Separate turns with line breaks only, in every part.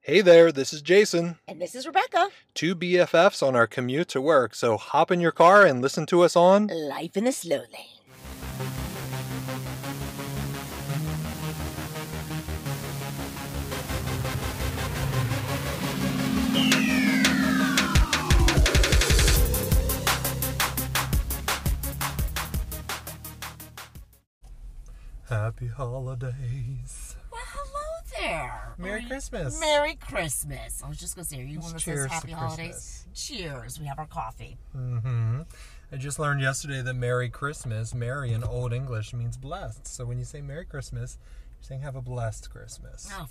Hey there, this is Jason.
And this is Rebecca.
Two BFFs on our commute to work, so hop in your car and listen to us on.
Life in the slow lane.
Happy Holidays.
Well, hello there.
Merry
Are you-
Christmas.
Merry Christmas. I was just going to say, are you
Let's
one that
cheers
says
to
happy holidays? Cheers. We have our coffee.
hmm I just learned yesterday that Merry Christmas, Merry in Old English means blessed. So when you say Merry Christmas, you're saying have a blessed Christmas.
Oh,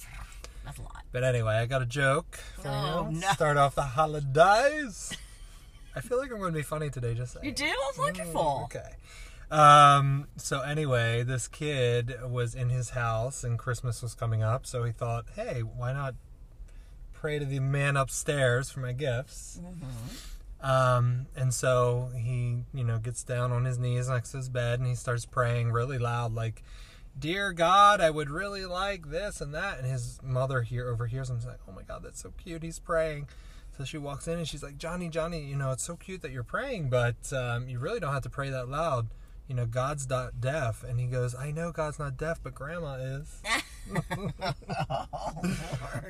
that's a lot.
But anyway, I got a joke for
Oh,
you.
no.
Start off the holidays. I feel like I'm going to be funny today. Just
You
saying.
do? That's wonderful.
Mm, Okay. Um, so anyway, this kid was in his house and Christmas was coming up, so he thought, hey, why not pray to the man upstairs for my gifts? Um, and so he, you know, gets down on his knees next to his bed and he starts praying really loud, like, Dear God, I would really like this and that. And his mother here overhears him, she's like, Oh my God, that's so cute. He's praying. So she walks in and she's like, Johnny, Johnny, you know, it's so cute that you're praying, but um, you really don't have to pray that loud. You know, God's not deaf. And he goes, I know God's not deaf, but Grandma is.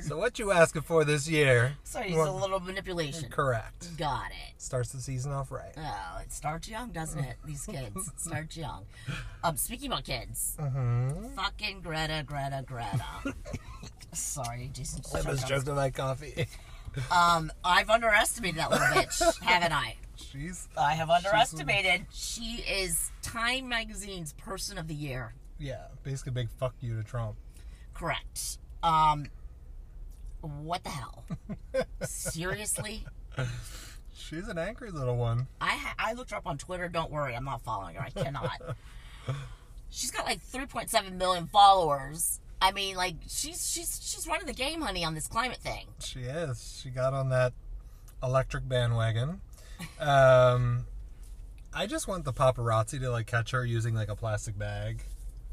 so what you asking for this year?
So he's
Well,
a little manipulation.
Correct.
Got it.
Starts the season off right.
Oh, it starts young, doesn't it? These kids start young. Um, speaking about kids,
Mm-hmm.
fucking Greta, Greta, Greta. Sorry, Jason. just
I
choked
was
on-
just my coffee.
Um, I've underestimated that little bitch, haven't I?
She's
I have underestimated. She is Time Magazine's Person of the Year.
yeah, basically a big fuck you to Trump.
Correct. Um, what the hell? Seriously?
She's an angry little one.
I ha- I looked her up on Twitter. Don't worry, I'm not following her. I cannot. she's got like 3.7 million followers. I mean, like she's she's she's running the game, honey, on this climate thing.
She is. She got on that electric bandwagon. Um, I just want the paparazzi to like catch her using like a plastic bag.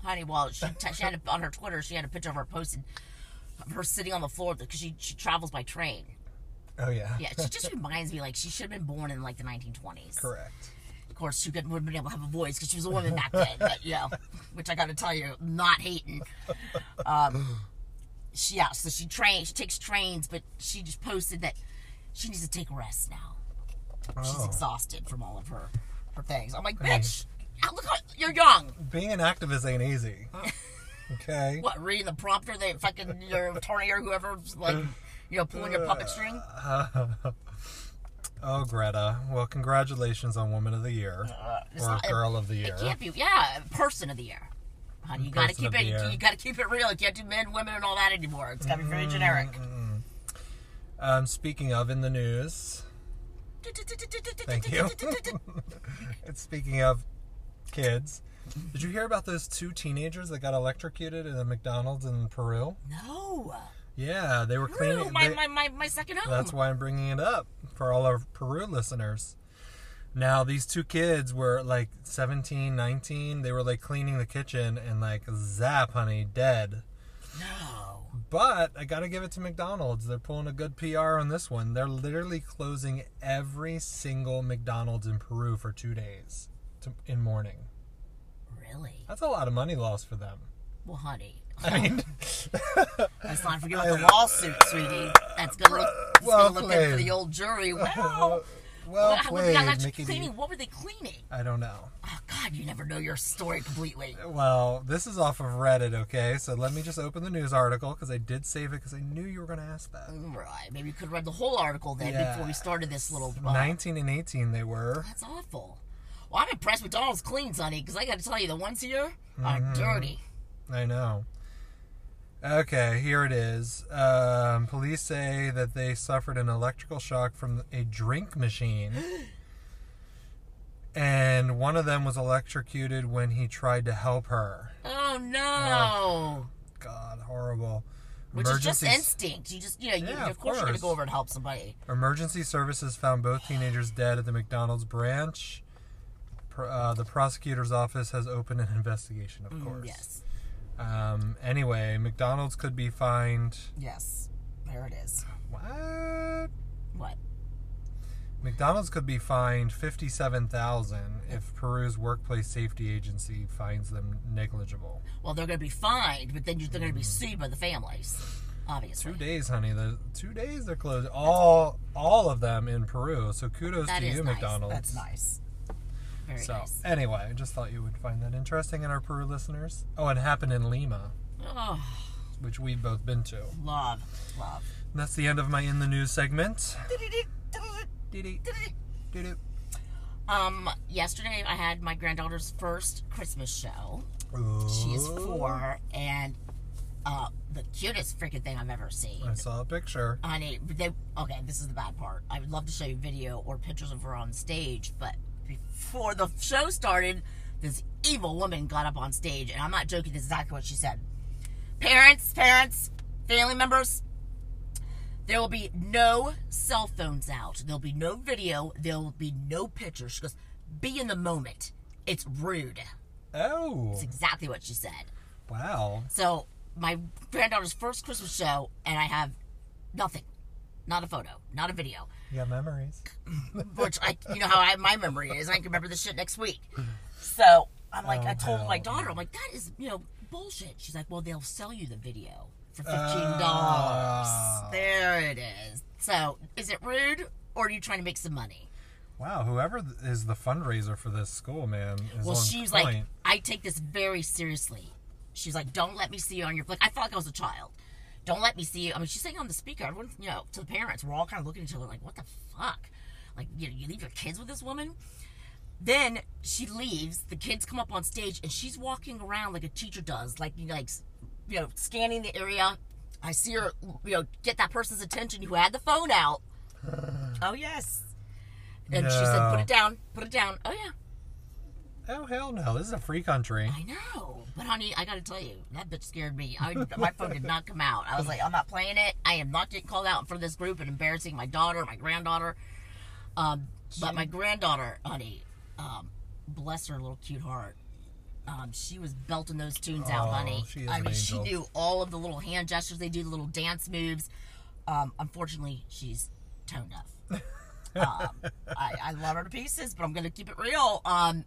honey. Well, she, t- she had a, on her Twitter. She had a picture of her posted of her sitting on the floor because she she travels by train.
Oh yeah.
Yeah, she just reminds me like she should have been born in like the 1920s.
Correct.
Of course, she couldn't would have been able to have a voice because she was a woman back then. But you know, which I got to tell you, not hating. Um, she, yeah, so she trains. She takes trains, but she just posted that she needs to take a rest now. She's
Oh.
exhausted from all of her her things. I'm like, bitch, how- look, how, you're young.
Being an activist ain't easy. Okay.
What, reading the prompter, they fucking your attorney or whoever's like, you know, pulling your puppet string?
Oh Greta. Well, congratulations on Woman of the Year
it's
or
not-
Girl of the
It
Year.
can't be, yeah, person of the year. Honey, you gotta
Person of
keep it,
the year.
you gotta keep it real. You can't do men, women, and all that anymore. It's gotta be very generic.
Um, speaking of in the news, Mm. Thank you. it's speaking of kids. Did you hear about those two teenagers that got electrocuted in a McDonald's in Peru?
No,
Yeah, they were cleaning.
Peru, my,
they-
my, my, my second home.
That's why I'm bringing it up for all our Peru listeners. Now, these two kids were like 17, 19. They were like cleaning the kitchen and like zap, honey, dead.
No,
But I gotta give it to McDonald's. They're pulling a good PR on this one. They're literally closing every single McDonald's in Peru for two days to, in mourning.
really?
That's a lot of money lost for them.
Well, honey,
I mean,
let's not forget about the lawsuit, sweetie. That's gonna look, that's
Well
gonna look good for
played.
the old jury. Well,
well
how was the
played,
electric
Mickey. D.
cleaning? What were they cleaning?
I don't know.
Oh God, you never know your story completely.
Uh, Well, this is off of Reddit, okay? So let me just open the news article because I did save it because I knew you were going to ask that.
Right? Maybe you could have read the whole article then before we
Yes.
started this little. uh,
19 and 18 they were.
That's awful. Well, I'm impressed McDonald's cleans, honey, because I got to tell you, the ones here are
Mm-hmm.
dirty.
I know. Okay, here it is. Um, police say that they suffered an electrical shock from a drink machine. And one of them was electrocuted when he tried to help her.
Oh no!
God, horrible.
Which is just
Emergency-
instinct. You just, you know, you,
Yeah,
of,
of
course, you're gonna
course.
go over and help somebody.
Emergency services found both teenagers dead at the McDonald's branch. Pro- Uh, the prosecutor's office has opened an investigation, of course.
Mm, Yes,
Um, anyway, McDonald's could be fined
yes. There it is.
What?
What?
McDonald's could be fined fifty-seven thousand if Peru's workplace safety agency finds them negligible.
Well, they're going to be fined, but then you- they're going to be sued by the families, obviously.
Two days, honey. The two days they're closed. All all of them in Peru. So kudos
That
to
is
you,
nice.
McDonald's.
That's nice. Very
So
nice.
anyway, I just thought you would find that interesting in our Peru listeners. Oh, and it happened in Lima,
Oh,
which we've both been to. And
love, love.
that's the end of my in the news segment. Dee-dee, doo-doo.
Um, yesterday I had my granddaughter's first Christmas show. She is
Ooh.
four, and uh, the cutest freaking thing I've ever seen.
I saw a picture.
Honey, but they, okay, this is the bad part. I would love to show you video or pictures of her on stage, but before the show started, this evil woman got up on stage, and I'm not joking, this is exactly what she said. Parents, parents, family members, there will be no cell phones out. There'll be no video. There'll be no pictures. She goes, be in the moment. It's rude.
Oh,
That's exactly what she said.
wow.
So my granddaughter's first Christmas show, and I have nothing, not a photo, not a video.
You got memories.
Which I, you know how I, my memory is. I can remember this shit next week. So I'm like, I
Oh,
told my
hell
daughter, I'm like, that is you know bullshit. She's like, well, they'll sell you the video for fifteen dollars.
Ah.
There it is. So is it rude, or are you trying to make some money?
Wow, whoever th- is the fundraiser for this school, man, is
Well,
on
she's
point.
like, I take this very seriously. She's like, don't let me see you on your. Like, I felt like I was a child. Don't let me see you. I mean, she's saying on the speaker, everyone, you know, to the parents, we're all kind of looking at each other like, what the fuck? Like, you you leave your kids with this woman? Then she leaves. The kids come up on stage, and she's walking around like a teacher does, like you know, like you know, scanning the area. I see her, you know, get that person's attention who had the phone out. oh yes. And she said,
No.
"Put it down, put it down." Oh yeah.
oh hell no, this is a free country.
I know, but honey, I gotta tell you, that bitch scared me. I, my phone did not come out. I was like, I'm not playing it. I am not getting called out in front of this group and embarrassing my daughter, my granddaughter. Um, but my granddaughter, honey, um, bless her little cute heart. Um, she was belting those tunes out,
Oh,
honey.
she is
I
an
mean,
angel.
she knew all of the little hand gestures they do, the little dance moves. Um, unfortunately, she's tone deaf um, I, I love her to pieces, but I'm gonna keep it real. Um,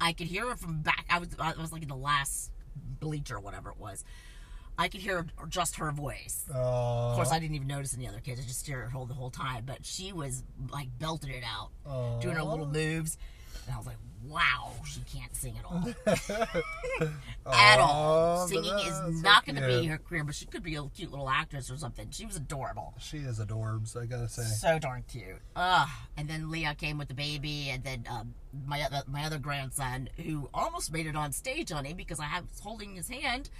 I could hear her from back. I was I was like in the last bleacher, or whatever it was. I could hear just her voice.
Oh,
Of course, I didn't even notice any other kids. I just stared at her the whole time. But she was like belting it out, doing her
Uh-huh.
little moves, and I was like, "Wow, she can't sing at all, at all.
Oh,
Singing
but
is
that's so
not going to be
cute.
her career, but she could be a cute little actress or something. She was adorable."
she is adorbs. I gotta say.
So darn cute. Ugh. And then Leah came with the baby, and then um, my other, my other grandson, who almost made it on stage on him because I was holding his hand.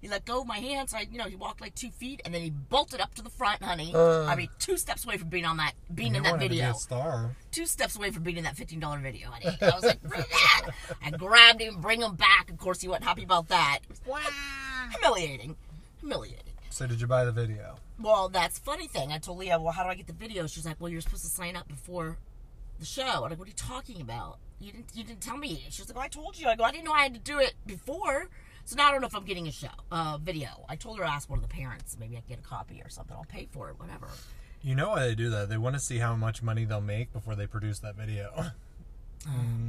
He let go of my hand, so I, you know, he walked like two feet, and then he bolted up to the front, honey. I mean, two steps away from being on that, being
You
in that
wanted to be
video
a star.
two steps away from being in that fifteen dollar video, honey. I was like, "Ah!" I grabbed him, bring him back. Of course, he wasn't happy about that. Humiliating, humiliating.
So did you buy the video?
Well, that's funny thing. I told Leah, well, how do I get the video? She's like, well, you're supposed to sign up before the show. I'm like, what are you talking about? You didn't, you didn't tell me. She was like, well, I told you. I go, I didn't know I had to do it before. So now I don't know if I'm getting a show, uh, video. I told her to ask one of the parents. Maybe I can get a copy or something. I'll pay for it, whatever.
You know why they do that? They want to see how much money they'll make before they produce that video.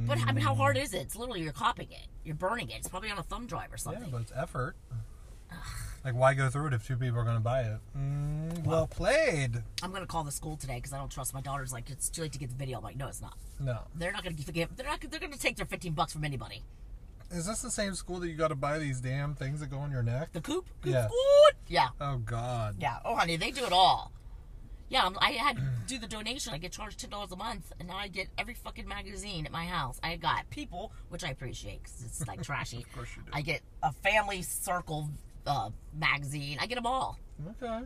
But I mean, how hard is it? It's literally you're copying it. You're burning it. It's probably on a thumb drive or
yeah,
something.
but it's effort. Like, why go through it if two people are gonna buy it? Mm, well played.
I'm gonna call the school today because I don't trust my daughter's. Like, it's too late to get the video. I'm like, no, it's not.
No,
They're not gonna give. They're not. They're gonna take their 15 bucks from anybody.
is this the same school that you got to buy these damn things that go on your neck?
The coop. coop
Yeah.
food? Yeah.
Oh God.
Yeah. Oh, honey, they do it all. Yeah, I'm- I had to do the donation. I get charged ten dollars a month, and now I get every fucking magazine at my house. I got people, which I appreciate because it's like trashy. of
course you do.
I get a family circle uh, magazine. I get them all.
Okay.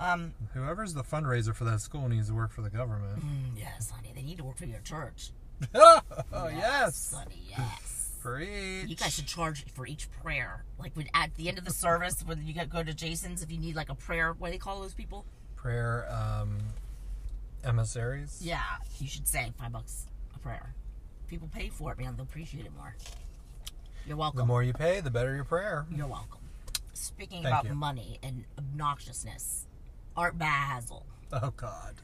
Um.
Whoever's the fundraiser for that school needs to work for the government.
Mm. Yes, honey. They need to work for your church.
oh yes.
Honey, yes.
Preach.
You guys should charge for each prayer. Like when at the end of the service, when you go to Jason's, if you need like a prayer, what do they call those people?
prayer um, emissaries.
Yeah, you should say five bucks a prayer. People pay for it, man. They'll appreciate it more. You're
The
welcome.
more you pay, the better your prayer.
You're welcome. Speaking
Thank
about
you.
money and obnoxiousness, Art Basel.
Oh God.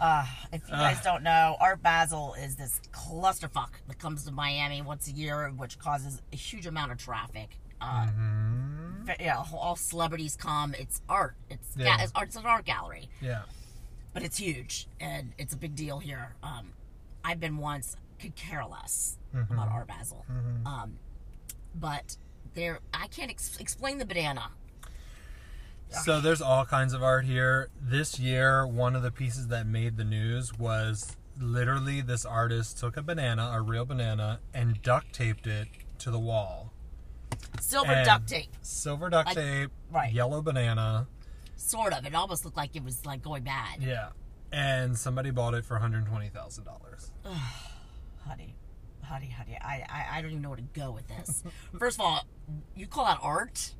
Uh, if you guys don't know, Art Basel is this clusterfuck that comes to Miami once a year, which causes a huge amount of traffic. Uh,
Mm-hmm.
fa- Yeah, all celebrities come. It's art. It's, ga-
Yeah.
it's art. It's an art gallery,
Yeah.
but it's huge and it's a big deal here. Um, I've been once. Could care less
Mm-hmm.
about Art Basel. Um, but there, I can't ex- explain the banana.
So there's all kinds of art here. This year, one of the pieces that made the news was literally this artist took a banana, a real banana, and duct taped it to the wall.
Silver
And
duct tape,
Silver duct
Like-
tape.
right.
Yellow banana.
sort of. It almost looked like it was like going bad.
Yeah. And somebody bought it for $120,000.
honey, honey, honey. I, I, I don't even know where to go with this. First of all, you call that art?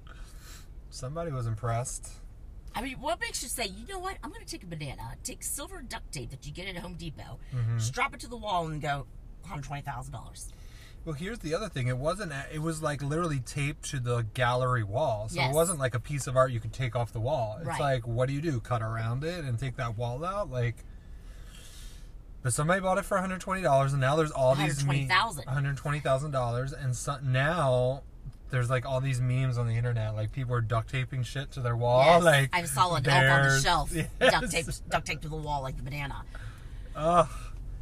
Somebody was impressed.
I mean, what makes you say, you know what? I'm going to take a banana, take silver duct tape that you get at Home Depot,
Mm-hmm.
strap it to the wall, and go, $120,000.
Well, here's the other thing. It wasn't. a- It was like literally taped to the gallery wall, so
Yes.
it wasn't like a piece of art you could take off the wall. It's
Right.
like, what do you do? Cut around it and take that wall out? Like, but somebody bought it for 120 dollars, and now there's all these me-
$120,000.
120,000 dollars, and so, now there's like all these memes on the internet. Like people are duct taping shit to their wall.
Yes,
Like
I saw an elf on the
there's-
shelf,
Yes.
duct, tape, duct tape to the wall like the banana.
Ugh.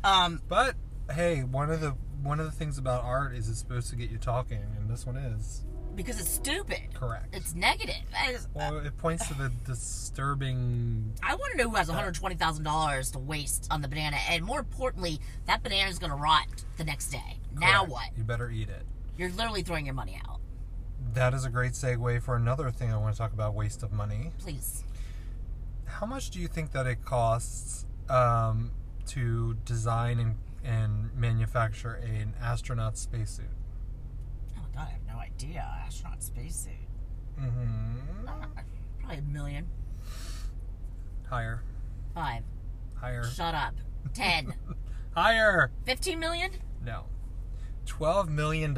Um,
But hey, one of the one of the things about art is it's supposed to get you talking, and this one is
because it's stupid.
correct.
It's negative. That is,
Well, it points to the disturbing.
I want to know who has $120,000 to waste on the banana. And more importantly, that banana is going to rot the next day. Now
Correct.
what?
You better eat it.
You're literally throwing your money out.
That is a great segue for another thing I want to talk about waste of money.
Please.
How much do you think that it costs um, to design and, and manufacture an astronaut spacesuit?
Oh my god, I have no idea. Astronaut spacesuit.
Mm-hmm.
Probably a million.
Higher.
Five.
Higher.
Shut up. Ten.
Higher!
Fifteen million?
No. $12 million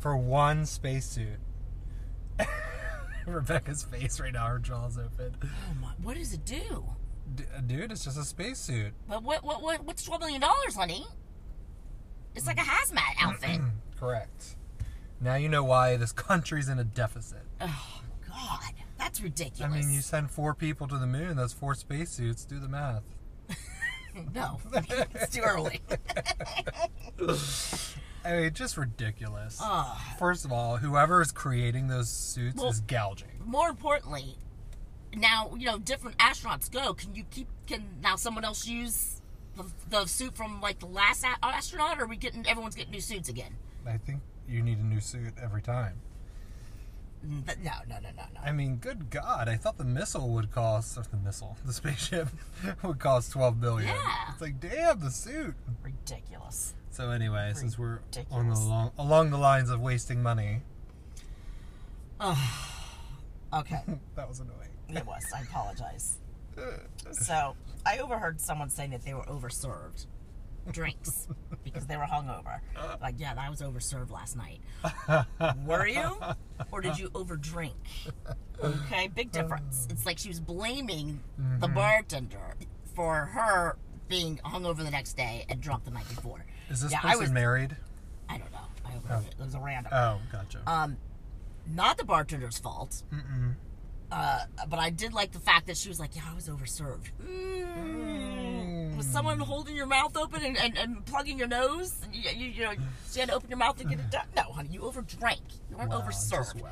for one spacesuit. Rebecca's face right now, her jaw's open.
Oh my what does it do?
D- dude, it's just a spacesuit.
But what what what what's twelve million dollars, honey? It's like a hazmat outfit.
Correct. Now you know why this country's in a deficit.
oh god. That's
I
ridiculous.
mean, you send four people to the moon, that's four spacesuits. Do the math.
No. it's too early.
I mean, just ridiculous.
Ugh.
First of all, whoever is creating those suits
Ah. Well-
is gouging.
More importantly, now, you know, different astronauts go. Can you keep can now someone else use the, the suit from like the last a- astronaut or are we getting everyone's getting new suits again?
I think you need a new suit every time.
Mm, but No, no, no, no, no.
I mean, good God! I thought the missile would cost, or the missile, the spaceship would cost twelve billion.
Yeah.
It's like, damn, the suit.
Ridiculous.
So anyway, since we're on the
Ridiculous.
long, along the lines of wasting money,
Okay,
that was annoying.
it was. I apologize. So I overheard someone saying that they were overserved drinks because they were hungover. Like, yeah, I was overserved last night. Were you, or did you overdrink? Okay, big difference. It's like she was blaming the
Mm-hmm.
bartender for her being hungover the next day and drunk the night before.
Is this
yeah, I
person
was.
married?
I don't know. I overheard it. It was a random.
Oh, gotcha.
um, not the bartender's fault. Uh, but I did like the fact that she was like, "Yeah, I was overserved." Mm. Was someone holding your mouth open and, and, and plugging your nose? You, you, you know, she had to open your mouth to get it done. No, honey, you overdrank. You weren't
Wow, just
overserved.
wow.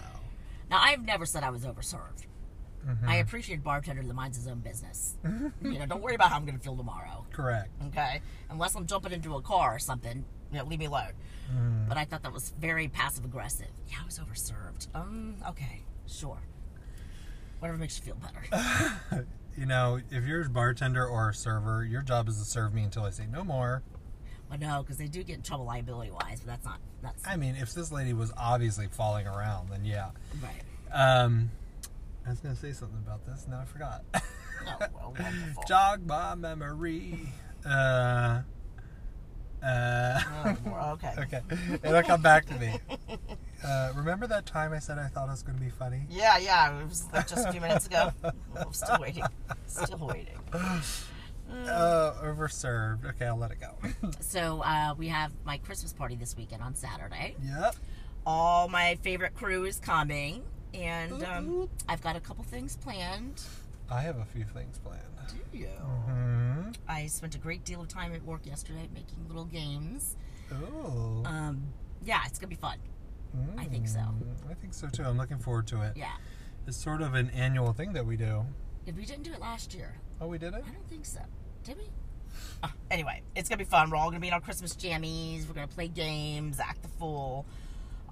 Now I've never said I was overserved.
Mm-hmm.
I appreciate a bartender that minds his own business. you know, don't worry about how I'm going to feel tomorrow.
Correct.
Okay, unless I'm jumping into a car or something, you know, leave me alone. But I thought that was very passive aggressive. Yeah, I was overserved. Um, okay, sure. Whatever makes you feel better.
You know, if you're a bartender or a server, your job is to serve me until I say no more.
well, no, because they do get in trouble liability wise, but that's not that's
I mean, if this lady was obviously falling around, then yeah.
right.
Um, I was going to say something about this, now I forgot.
Oh, well, wonderful.
Jog my memory. Uh, uh,
Oh, okay.
okay, it'll come back to me. uh, remember that time I said I thought it was going to be funny?
Yeah, yeah. It was like just a few minutes ago. I'm still waiting. Still waiting.
Uh, overserved. Okay, I'll let it go.
So uh, we have my Christmas party this weekend on Saturday.
yep.
All my favorite crew is coming, and um,
Ooh.
I've got a couple things planned.
I have a few things planned.
Do you?
Hmm.
I spent a great deal of time at work yesterday making little games.
Ooh.
Um, yeah, it's gonna be fun. I think so.
Mm, I think so too. I'm looking forward to it.
Yeah,
It's sort of an annual thing that we do.
if we didn't do it last year,
Oh, we did it?
I don't think so. Did we? Uh, anyway, it's gonna be fun. We're all gonna be in our Christmas jammies. We're gonna play games, act the fool.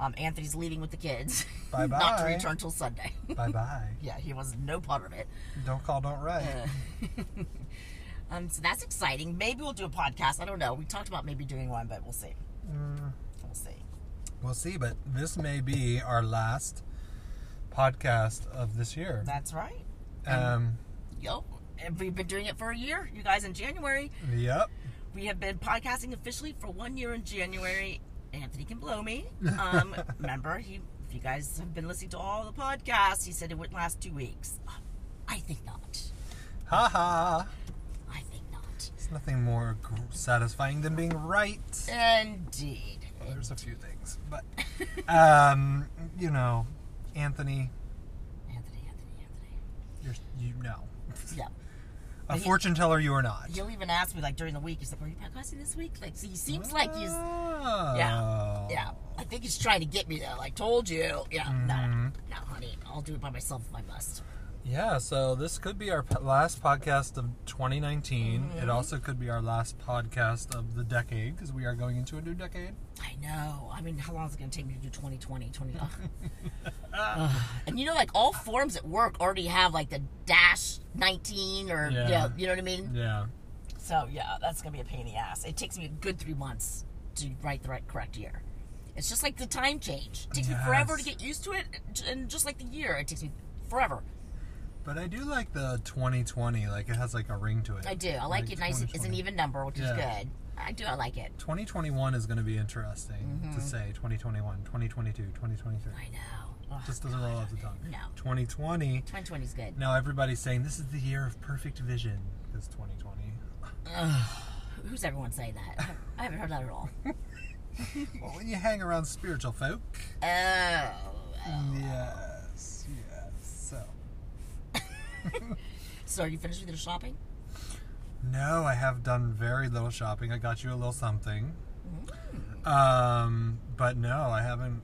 Um, Anthony's leaving with the kids. Not to
Bye-bye.
return till Sunday.
bye bye.
yeah, he was no part of it.
Don't call, don't write.
Uh, um, so that's exciting. Maybe we'll do a podcast. I don't know. We talked about maybe doing one, but we'll see.
Mm,
We'll see.
we'll see, but this may be our last podcast of this year.
That's right.
Um,
Yo, and we've been doing it for a year. You guys, in January,
yep.
we have been podcasting officially for one year in January. Anthony can blow me. Um, remember, he, if you guys have been listening to all the podcasts, he said it wouldn't last two weeks. Uh, I think not.
Ha ha.
I think not.
It's nothing more gr- satisfying than being right.
Indeed.
Well, there's a few things, but um, you know, Anthony,
Anthony, Anthony, Anthony.
you're, you know,
Yeah.
a
He-
fortune teller you are not.
He'll even ask me like during the week. He's like, "Were you podcasting this week?" Like, so he seems like he's
Oh.
yeah. I think he's trying to get me there. Like, told you. Yeah. No, no,
Mhm.
no, honey. I'll do it by myself if I must.
Yeah, so this could be our p- last podcast of 2019.
Mm-hmm.
It also could be our last podcast of the decade because we are going into a new decade.
I know. I mean, how long is it going to take me to do 2020? 20. Ugh. Ugh. and you know, like all forms at work already have like the dash 19 or yeah.
Yeah.
you know what I mean.
Yeah.
So yeah, that's going to be a pain in the ass. It takes me a good three months to write the right correct year. It's just like the time change. It takes me forever to
Yes.
get used to it, and just like the year, it takes me forever.
But I do like the 2020. Like it has like a ring to it.
I do. I like, it nice. It's an
2020.
even number, which
Yeah.
is good. I do. I like it.
2021 is going to be interesting
Mm-hmm.
to say. 2021, 2022, 2023.
I know. Ugh,
Just doesn't roll off the tongue.
No.
2020.
2020 is good.
Now everybody's saying this is the year of perfect vision. It's 2020.
Who's everyone saying that? I haven't heard that at all.
Well, when you hang around spiritual folk.
Oh.
Yes. Yes. So.
So are you finished with your shopping?
No, I have done very little shopping. I got you a little something.
Mm.
Um, but no, I haven't.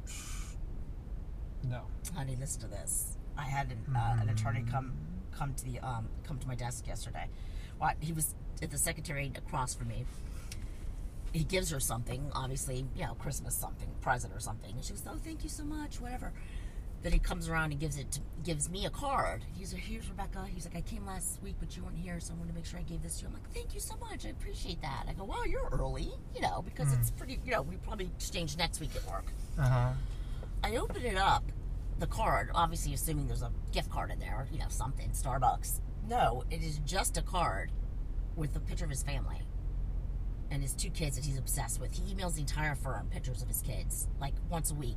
No.
Honey, listen to this. I had an, uh, an attorney come come to the um, come to my desk yesterday. What he was at the secretary across from me. He gives her something, obviously, you know, Christmas something, present or something. And she goes, "Oh, thank you so much, whatever." Then he comes around and gives it to, gives me a card. He's like, "Here's Rebecca." He's like, "I came last week, but you weren't here, so I wanted to make sure I gave this to you." I'm like, "Thank you so much, I appreciate that." I go, "Wow, you're early, you know, because it's pretty, you know, we probably exchange next week at work."
Uh
Uh-huh.
huh.
I open it up, the card, obviously assuming there's a gift card in there, you know, something, Starbucks. No, it is just a card with a picture of his family and his two kids that he's obsessed with. He emails the entire firm pictures of his kids, like once a week.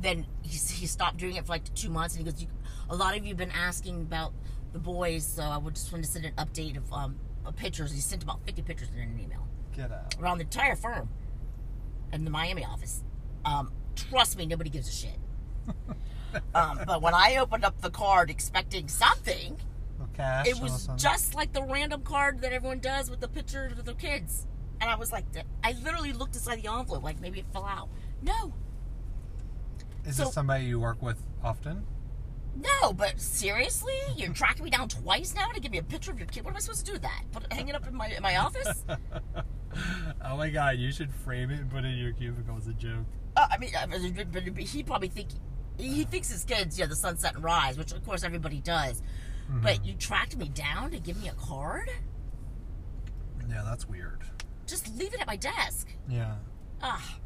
Then he's, he stopped doing it for like two months and he goes, you, A lot of you have been asking about the boys, so I would just want to send an update of um, of pictures. He sent about 50 pictures in an email
Get out.
around the entire firm in the Miami office. Um, trust me, nobody gives a shit. um, but when I opened up the card expecting something,
No cash.
it
or
was
something?
just like the random card that everyone does with the picture of their kids. And I was like, I literally looked inside the envelope, like maybe it fell out. No,
Is
so-
this somebody you work with often?
no, but seriously, you're tracking me down twice now to give me a picture of your kid. What am I supposed to do with that? Put, hang it up in my in my office?
Oh my god, you should frame it and put it in your cubicle as a joke.
Uh, I mean, I mean, but- but he probably think he thinks his kids, yeah, the sunset and rise, which of course everybody does. But you tracked me down to give me a card?
Yeah, that's weird.
Just leave it at my desk.
Yeah.
Ah,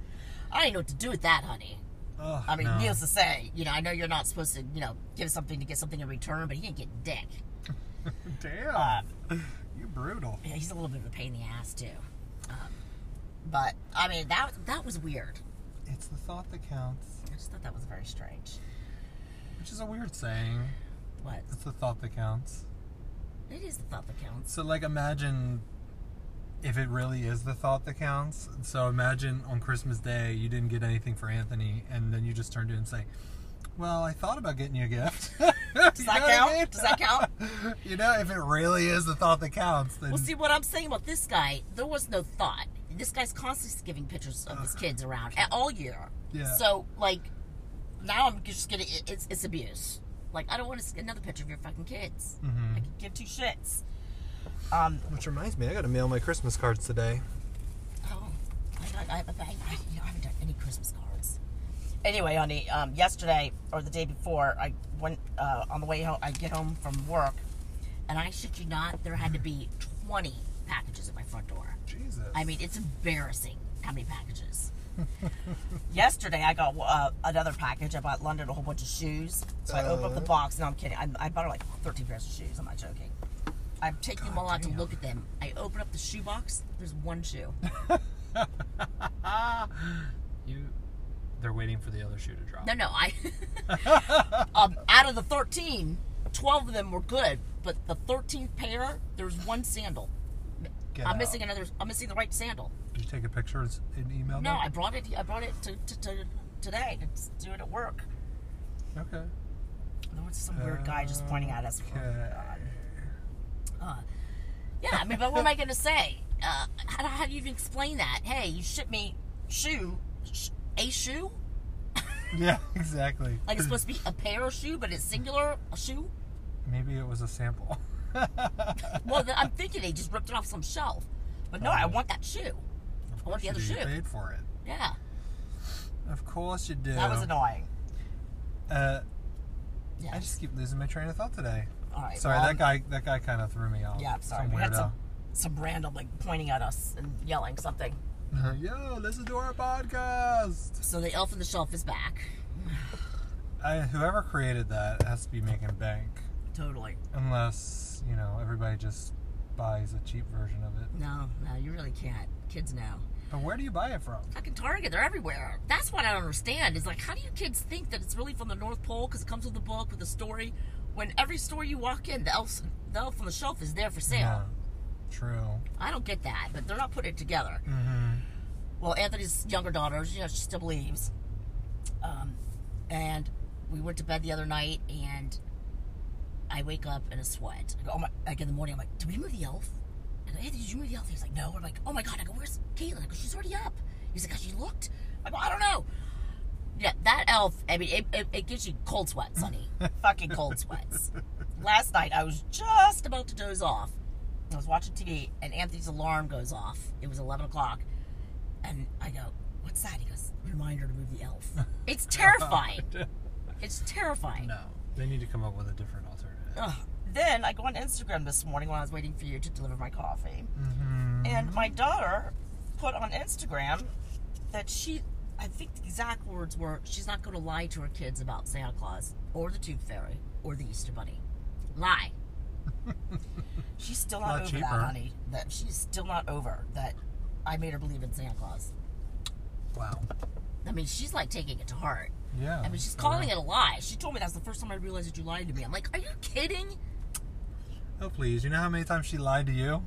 I didn't know what to do with that, honey.
Ugh,
I mean,
no.
needless to say, you know, I know you're not supposed to, you know, give something to get something in return, but he didn't get dick.
Damn.
Uh,
you brutal.
Yeah, he's a little bit of a pain in the ass too. Um, but I mean, that that was weird.
It's the thought that counts,
I just thought that was very strange.
which is a weird saying.
What?
It's the thought that counts.
It is the thought that counts.
So, like, imagine if it really is the thought that counts. So, imagine on Christmas Day you didn't get anything for Anthony, and then you just turned to him and say, "Well, I thought about getting you a gift." Does
Does that count? Does that count?
you know, if it really is the thought that counts, then
Well, see, what I'm saying about this guy, there was no thought. This guy's constantly giving pictures of his kids around a- all year.
Yeah.
So, like, now I'm just gonna, it- it's, it's abuse. Like, I don't want to see another picture of your fucking kids. I could give two shits. Um,
which reminds me, I got to mail my Christmas cards today.
Oh, I, I, I, I, I, you know, I haven't done any Christmas cards. Anyway, honey, um, yesterday or the day before, I went uh, on the way home. I get home from work, and I shit you not, there had to be twenty packages at my front door.
Jesus.
I mean, it's embarrassing how many packages. Yesterday, I got uh, another package. I bought London a whole bunch of shoes. So I opened up the
Uh-huh.
box. No, I'm kidding. I, I bought her like 13 pairs of shoes. I'm not joking. I've taken them all out
damn.
to look at them. I open up the shoe box. There's one shoe.
Ah. you. They're waiting for the other shoe to drop.
No, no, I. um, out of the 13, 12 of them were good, but the 13th pair, there's one sandal.
Get
I'm
out.
missing another. I'm missing the right sandal.
Did you take a picture and s- and email
No, I
them?
brought it. I brought it to, to, to today to do it at work.
No. Okay.
There was some weird guy just pointing at us. Oh,
Okay.
Uh, yeah, I mean, but what am I going to say? Uh, how, how do you even explain that? Hey, you shipped me shoe, sh- a shoe.
Yeah, exactly.
Like it's supposed to be a pair of shoe, but it's singular a shoe.
Maybe it was a sample.
Well, then I'm thinking they just ripped it off some shelf. But no, I want that shoe. I want the other
you
shoe.
paid for it.
Yeah,
Of course you do.
that was annoying.
Uh,
Yeah.
I just keep losing my train of thought today.
All right.
Sorry,
well,
that guy. That guy kind of threw me off.
Yeah, I'm sorry.
Some
We had
weirdo.
some, some random like pointing at us and yelling something.
Yo, listen to our podcast.
So the elf on the shelf is back.
I, whoever created that has to be making bank,
Totally.
unless you know everybody just buys a cheap version of it.
No, no, you really can't. Kids now.
But where do you buy it from?
Fucking Target, they're everywhere. That's what I don't understand. Is like, how do you kids think that it's really from the North Pole because it comes with a book with a story? When every store you walk in, the elf, the elf on the shelf is there for sale.
Yeah, True.
I don't get that, but they're not putting it together.
Mm-hmm.
well, Anthony's younger daughter, you know, she still believes. Um, and we went to bed the other night, and I wake up in a sweat. I go, oh my, like in the morning, I'm like, did we move the elf? And Anthony, did you move the elf? He's like, no. I'm like, oh my god. I go, where's Caitlin? I go, she's already up. He's like, has she looked? I go, I don't know. Yeah, that elf. I mean, it, it, it gives you cold sweats, honey. Fucking cold sweats. Last night, I was just about to doze off. I was watching TV, and Anthony's alarm goes off. It was 11 o'clock. And I go, What's that? He goes, Reminder to move the elf. It's terrifying. it's terrifying.
No, they need to come up with a different alternative.
Ugh. Then I go on Instagram this morning when I was waiting for you to deliver my coffee.
Mm-hmm.
And my daughter put on Instagram that she, I think the exact words were, she's not going to lie to her kids about Santa Claus or the Tooth Fairy or the Easter Bunny. Lie. she's still not
Lot
over that,
cheaper.
honey. That she's still not over that I made her believe in Santa Claus.
Wow.
I mean, she's like taking it to heart.
Yeah.
I mean, she's calling
Uh-huh.
it a lie. She told me that's the first time I realized that you lied to me. I'm like, are you kidding?
Oh please! You know how many times she lied to you?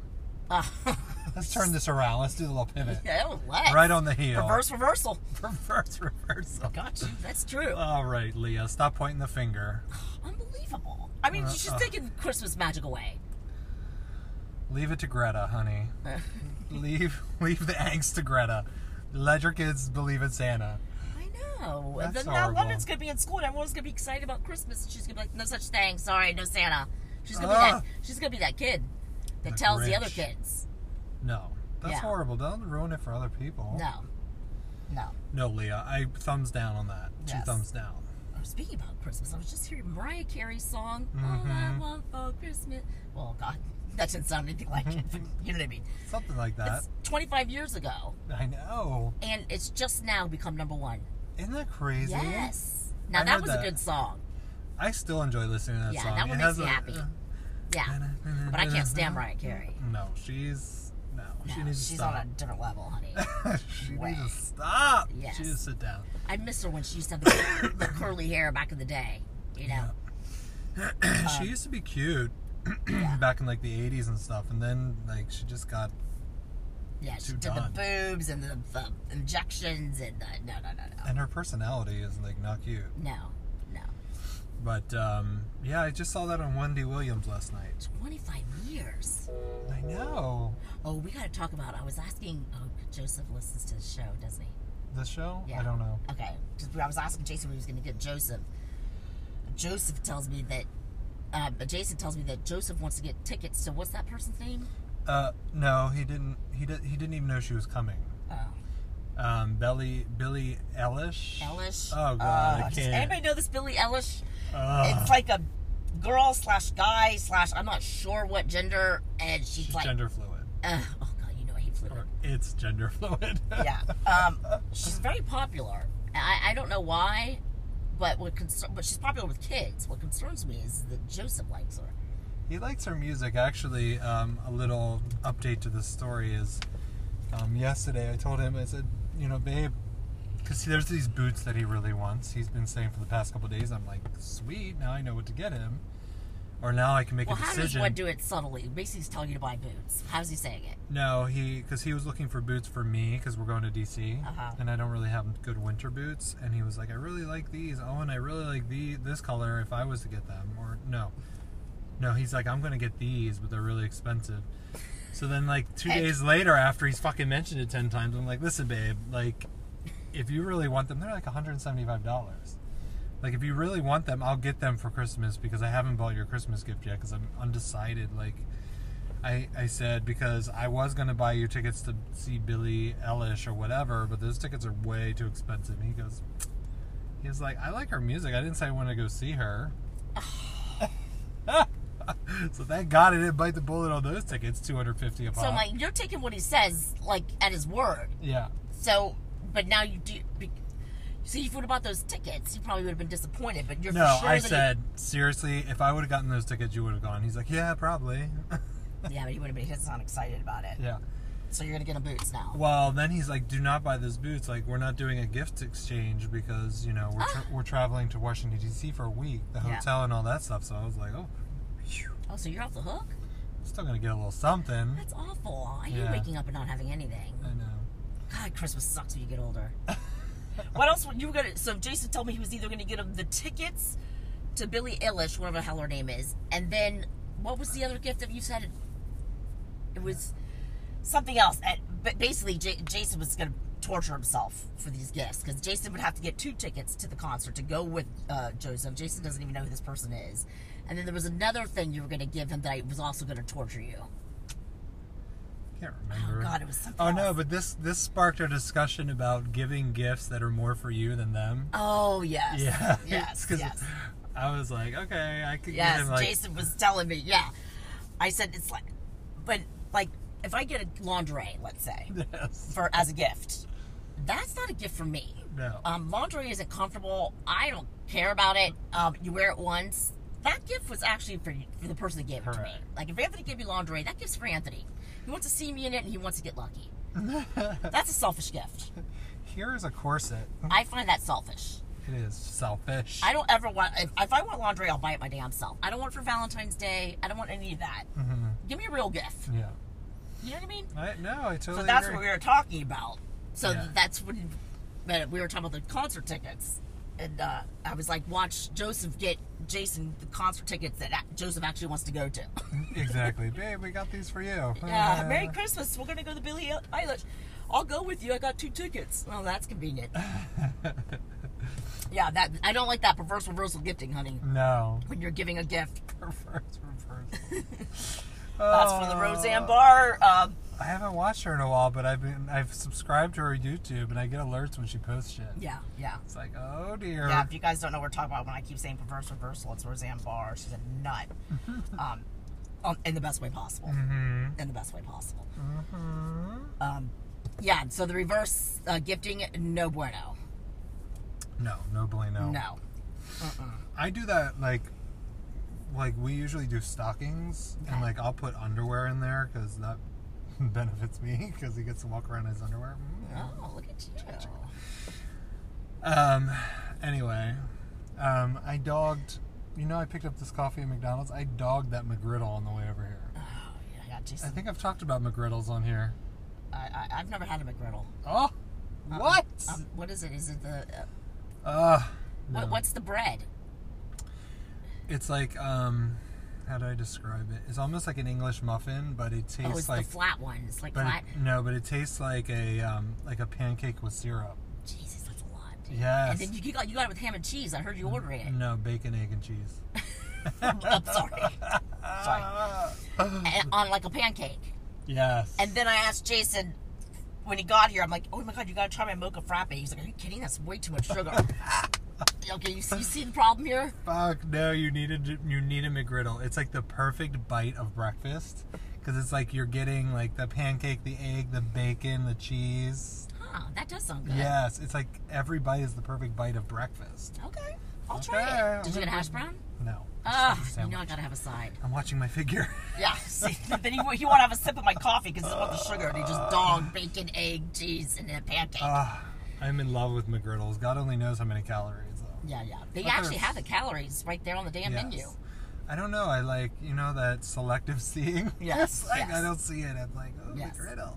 Uh,
Let's turn this around. Let's do a little pivot.
yeah, let's.
Right on the heel.
Reverse reversal.
Reverse reversal.
Got you. That's true.
All right, Leah, stop pointing the finger.
Unbelievable. I mean, she's
uh,
taking Christmas magic away.
Leave it to Greta, honey.
I
Leave leave the angst to Greta. Let your kids believe in Santa.
know. and
That's
then now
horrible.
London's going to be in school and everyone's going to be excited about Christmas. And she's going to be like, no such thing. Sorry, no Santa. She's going to
Ah.
be that. She's going to be that kid that
The
tells the other
Grinch.
kids.
No. That's
Yeah.
horrible. Don't ruin it for other people.
No. No.
No, Leah, I thumbs down on that. Two
Yes.
thumbs down.
Oh, Speaking about Christmas, I was just hearing Mariah Carey's song, All I
Mhm.
Want for Christmas. Well, God, that doesn't sound anything like it, but you know what I mean.
Something like that.
It's 25 years ago,
I know.
and it's just now become number one.
Isn't that crazy?
Yes. Now,
I
that
heard
was
that.
a good song.
I still enjoy listening to that
Yeah,
song.
that one
It uh,
makes
has
me
a-
happy. Yeah. But I can't stand Mariah Carey.
No, she's No, she
No,
needs to
she's
stop.
on a different level, honey.
she
way.
needs to stop.
Yes.
She needs to sit down.
I miss her when she used to have the, the curly hair back in the day. You know,
she used to be cute back in like the 80s and stuff, and then like she just got.
yeah, she
Too
did
done.
the boobs and the, the injections and the no, no, no, no,
And her personality is like not cute.
no, no.
But um, yeah, I just saw that on Wendy Williams last night.
Twenty-five years.
I know.
Oh, we got to talk about. I was asking. Oh, Joseph listens to the show, doesn't he?
The show?
Yeah.
I don't know.
Okay, because I was asking Jason when he was going to get Joseph. Joseph tells me that. Uh, Jason tells me that Joseph wants to get tickets. So what's that person's name?
Uh, no, he didn't. He did. He didn't even know she was coming.
Oh,
Um, Belly Billy Ellish.
Ellish.
Oh God, I
Uh, does
can't. Uh.
anybody know this Billy Ellish?
Ugh,
it's like a girl slash guy slash I'm not sure what gender, and she's,
she's
like,
gender fluid.
Ugh, oh god, you know I hate fluid.
Or it's gender fluid.
yeah, um, she's very popular. I, I don't know why, but what concern, but she's popular with kids. What concerns me is that Joseph likes her.
He likes her music. Actually, um, a little update to this story is um, yesterday I told him, I said, you know, babe, because there's these boots that he really wants. He's been saying for the past couple days, I'm like, sweet, now I know what to get him. Or now I can make
Well,
a
how does
decision.
one do it subtly? Basically, he's telling you to buy boots. How's he saying it?
no, he, because he was looking for boots for me because we're going to DC
Uh-huh.
and I don't really have good winter boots. And he was like, I really like these. Oh, and I really like the this color if I was to get them. Or no. No, he's like, I'm gonna get these, but they're really expensive. So then, like two
Heck.
days later, after he's fucking mentioned it ten times, I'm like, listen, babe, like, if you really want them, they're like 175 dollars. Like, if you really want them, I'll get them for Christmas because I haven't bought your Christmas gift yet because I'm undecided. Like, I I said because I was gonna buy you tickets to see Billy Ellish or whatever, but those tickets are way too expensive. And he goes, he's like, I like her music. I didn't say I want to go see her. so thank God I didn't bite the bullet on those tickets, 250 a pop.
So I'm like, you're taking what he says like at his word.
yeah.
So, but now you do. Be, see, if you would have bought those tickets, you probably would have been disappointed. But you're for
No,
sure
I
that he-
said seriously. If I would have gotten those tickets, you would have gone. He's like, yeah, probably.
Yeah, but he would have been. He's not excited about it.
yeah.
So you're gonna get him boots now.
Well, then he's like, do not buy those boots. Like, we're not doing a gift exchange because you know we're tra- we're traveling to Washington D.C. for a week, the
Ah. Yeah.
hotel and all that stuff. So I was like, oh, phew,
Oh, so you're off the hook?
still gonna get a little something.
That's awful. I hate
Yeah.
waking up and not having anything.
I know.
God, Christmas sucks when you get older. what else were you were gonna? So Jason told me he was either gonna get him the tickets to Billie Eilish, whatever the hell her name is, and then what was the other gift that you said? It, it was something else. And, but basically, J- Jason was gonna torture himself for these gifts because Jason would have to get two tickets to the concert to go with uh, Joseph. Jason doesn't even know who this person is. And then there was another thing you were gonna give him that I was also gonna torture you.
Can't
Oh
remember.
God, it was something.
Oh no,
else.
but this this sparked our discussion about giving gifts that are more for you than them.
Oh yes.
Yeah.
Yes.
'Cause
yes.
I was like, okay, I could get
Yes,
him like
Jason was telling me. Yeah, I said it's like, but like if I get a lingerie, let's say,
this.
for as a gift, that's not a gift for me.
No.
Um, lingerie isn't comfortable. I don't care about it. Um, you wear it once. That gift was actually for, for the person that gave it to me.
Correct.
Like if Anthony gave me lingerie, that gift's for Anthony. He wants to see me in it and he wants to get lucky. that's a selfish gift.
Here's a corset.
I find that selfish.
It is selfish.
I don't ever want if, if I want laundry, I'll buy it my damn self. I don't want it for Valentine's Day. I don't want any of that. Give me a real gift.
yeah.
You know what I mean?
Mm-hmm. I, no, I totally.
So that's
agree.
what we were talking about. So
Yeah.
that's when but we were talking about the concert tickets, and uh, I was like, watch Joseph get Jason the concert tickets that a- Joseph actually wants to go to.
exactly, babe. We got these for you.
Yeah, Merry Christmas. We're gonna go to Billie Eilish. I'll go with you. I got two tickets. Well, that's convenient. yeah, that I don't like that perverse reversal gifting, honey.
No.
When you're giving a gift,
Reverse, reverse. Oh,
That's for the Roseanne Barr. Um,
I haven't watched her in a while, but I've been I've subscribed to her YouTube, and I get alerts when she posts shit.
yeah, yeah.
It's like, oh dear.
Yeah, if you guys don't know what we're talking about when I keep saying perverse reversal, it's Roseanne Barr. She's a nut.
Mm-hmm.
um, um, in the best way possible. In the best way possible.
Mm-hmm.
Um, yeah, so the reverse uh, gifting, no bueno.
No, no bueno.
No.
I do that like, like we usually do stockings,
Okay.
and like I'll put underwear in there because that benefits me because he gets to walk around in his underwear. Mm, yeah.
Oh, look at you.
Um, anyway, um, I dogged. You know, I picked up this coffee at McDonald's. I dogged that McGriddle on the way over here.
Oh, yeah, I got
I
Jason.
think I've talked about McGriddles on here.
I, I, I've never had a McGriddle.
Oh, what?
Um, what is it? Is it the uh,
Uh, no.
what, what's the bread?
It's like um, how do I describe it? It's almost like an English muffin, but it tastes
oh, it's
like
the flat one. It's like
but
flat.
it, no, but it tastes like a um, like a pancake with syrup.
Jesus, that's a lot. dude.
Yes.
And then you, you got you got it with ham and cheese. I heard you ordering it.
No, bacon, egg, and cheese.
I'm sorry. sorry.
Ah,
And, on like a pancake.
yes.
And then I asked Jason when he got here. I'm like, oh my god, you gotta try my mocha frappe. He's like, are you kidding? That's way too much sugar. okay, you see, you see the problem here?
Fuck no, you need a you need a McGriddle. It's like the perfect bite of breakfast because it's like you're getting like the pancake, the egg, the bacon, the cheese.
Huh? That does sound good.
Yes, it's like every bite is the perfect bite of breakfast.
Okay. I'll try
Okay,
it. Did
I'm
you get a
gonna-
hash brown?
No. just
Ah,
a
you
sandwich.
know I gotta have a side.
I'm watching my figure.
Yeah. See, then he, he won't have a sip of my coffee because he wants the sugar. And he just dog, bacon, egg, cheese, and a pancake.
Ah, I'm in love with McGriddles. God only knows how many calories though.
yeah, yeah. They
but
actually
there's-
have the calories right there on the damn
Yes.
menu.
I don't know. I like you know that selective seeing.
Yes,
like,
yes.
I don't see it. I'm like oh
Yes.
McGriddle.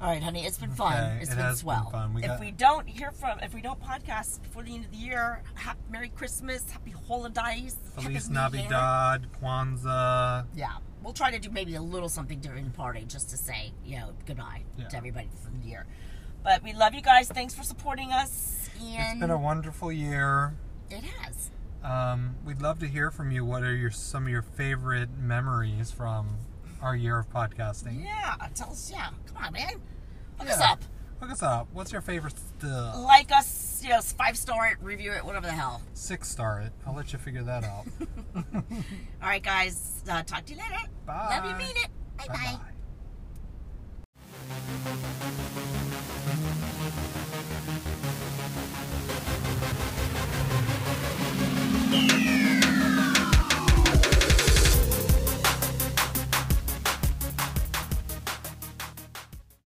All right, honey, it's been fun.
Okay,
it's
it
been
has been
swell.
fun. We
if
got-
we don't hear from, if we don't podcast before the end of the year, happy, Merry Christmas, Happy Holidays,
Feliz
Happy New Year.
Navidad, Kwanzaa.
Yeah, we'll try to do maybe a little something during the party just to say, you know, goodbye
Yeah.
to everybody for the year. But we love you guys. Thanks for supporting us. And
It's been a wonderful year.
it has.
Um, we'd love to hear from you. What are your some of your favorite memories from our year of podcasting?
Yeah, tell us. Yeah, come on, man. Look us
Yeah.
up.
Look us up. What's your favorite stuff?
Like us. You know, five star it, review it, whatever the hell.
Six star it. I'll let you figure that out.
All right, guys. Uh, talk to you later. Love you,
Bye.
mean it. Bye bye.
Bye-bye.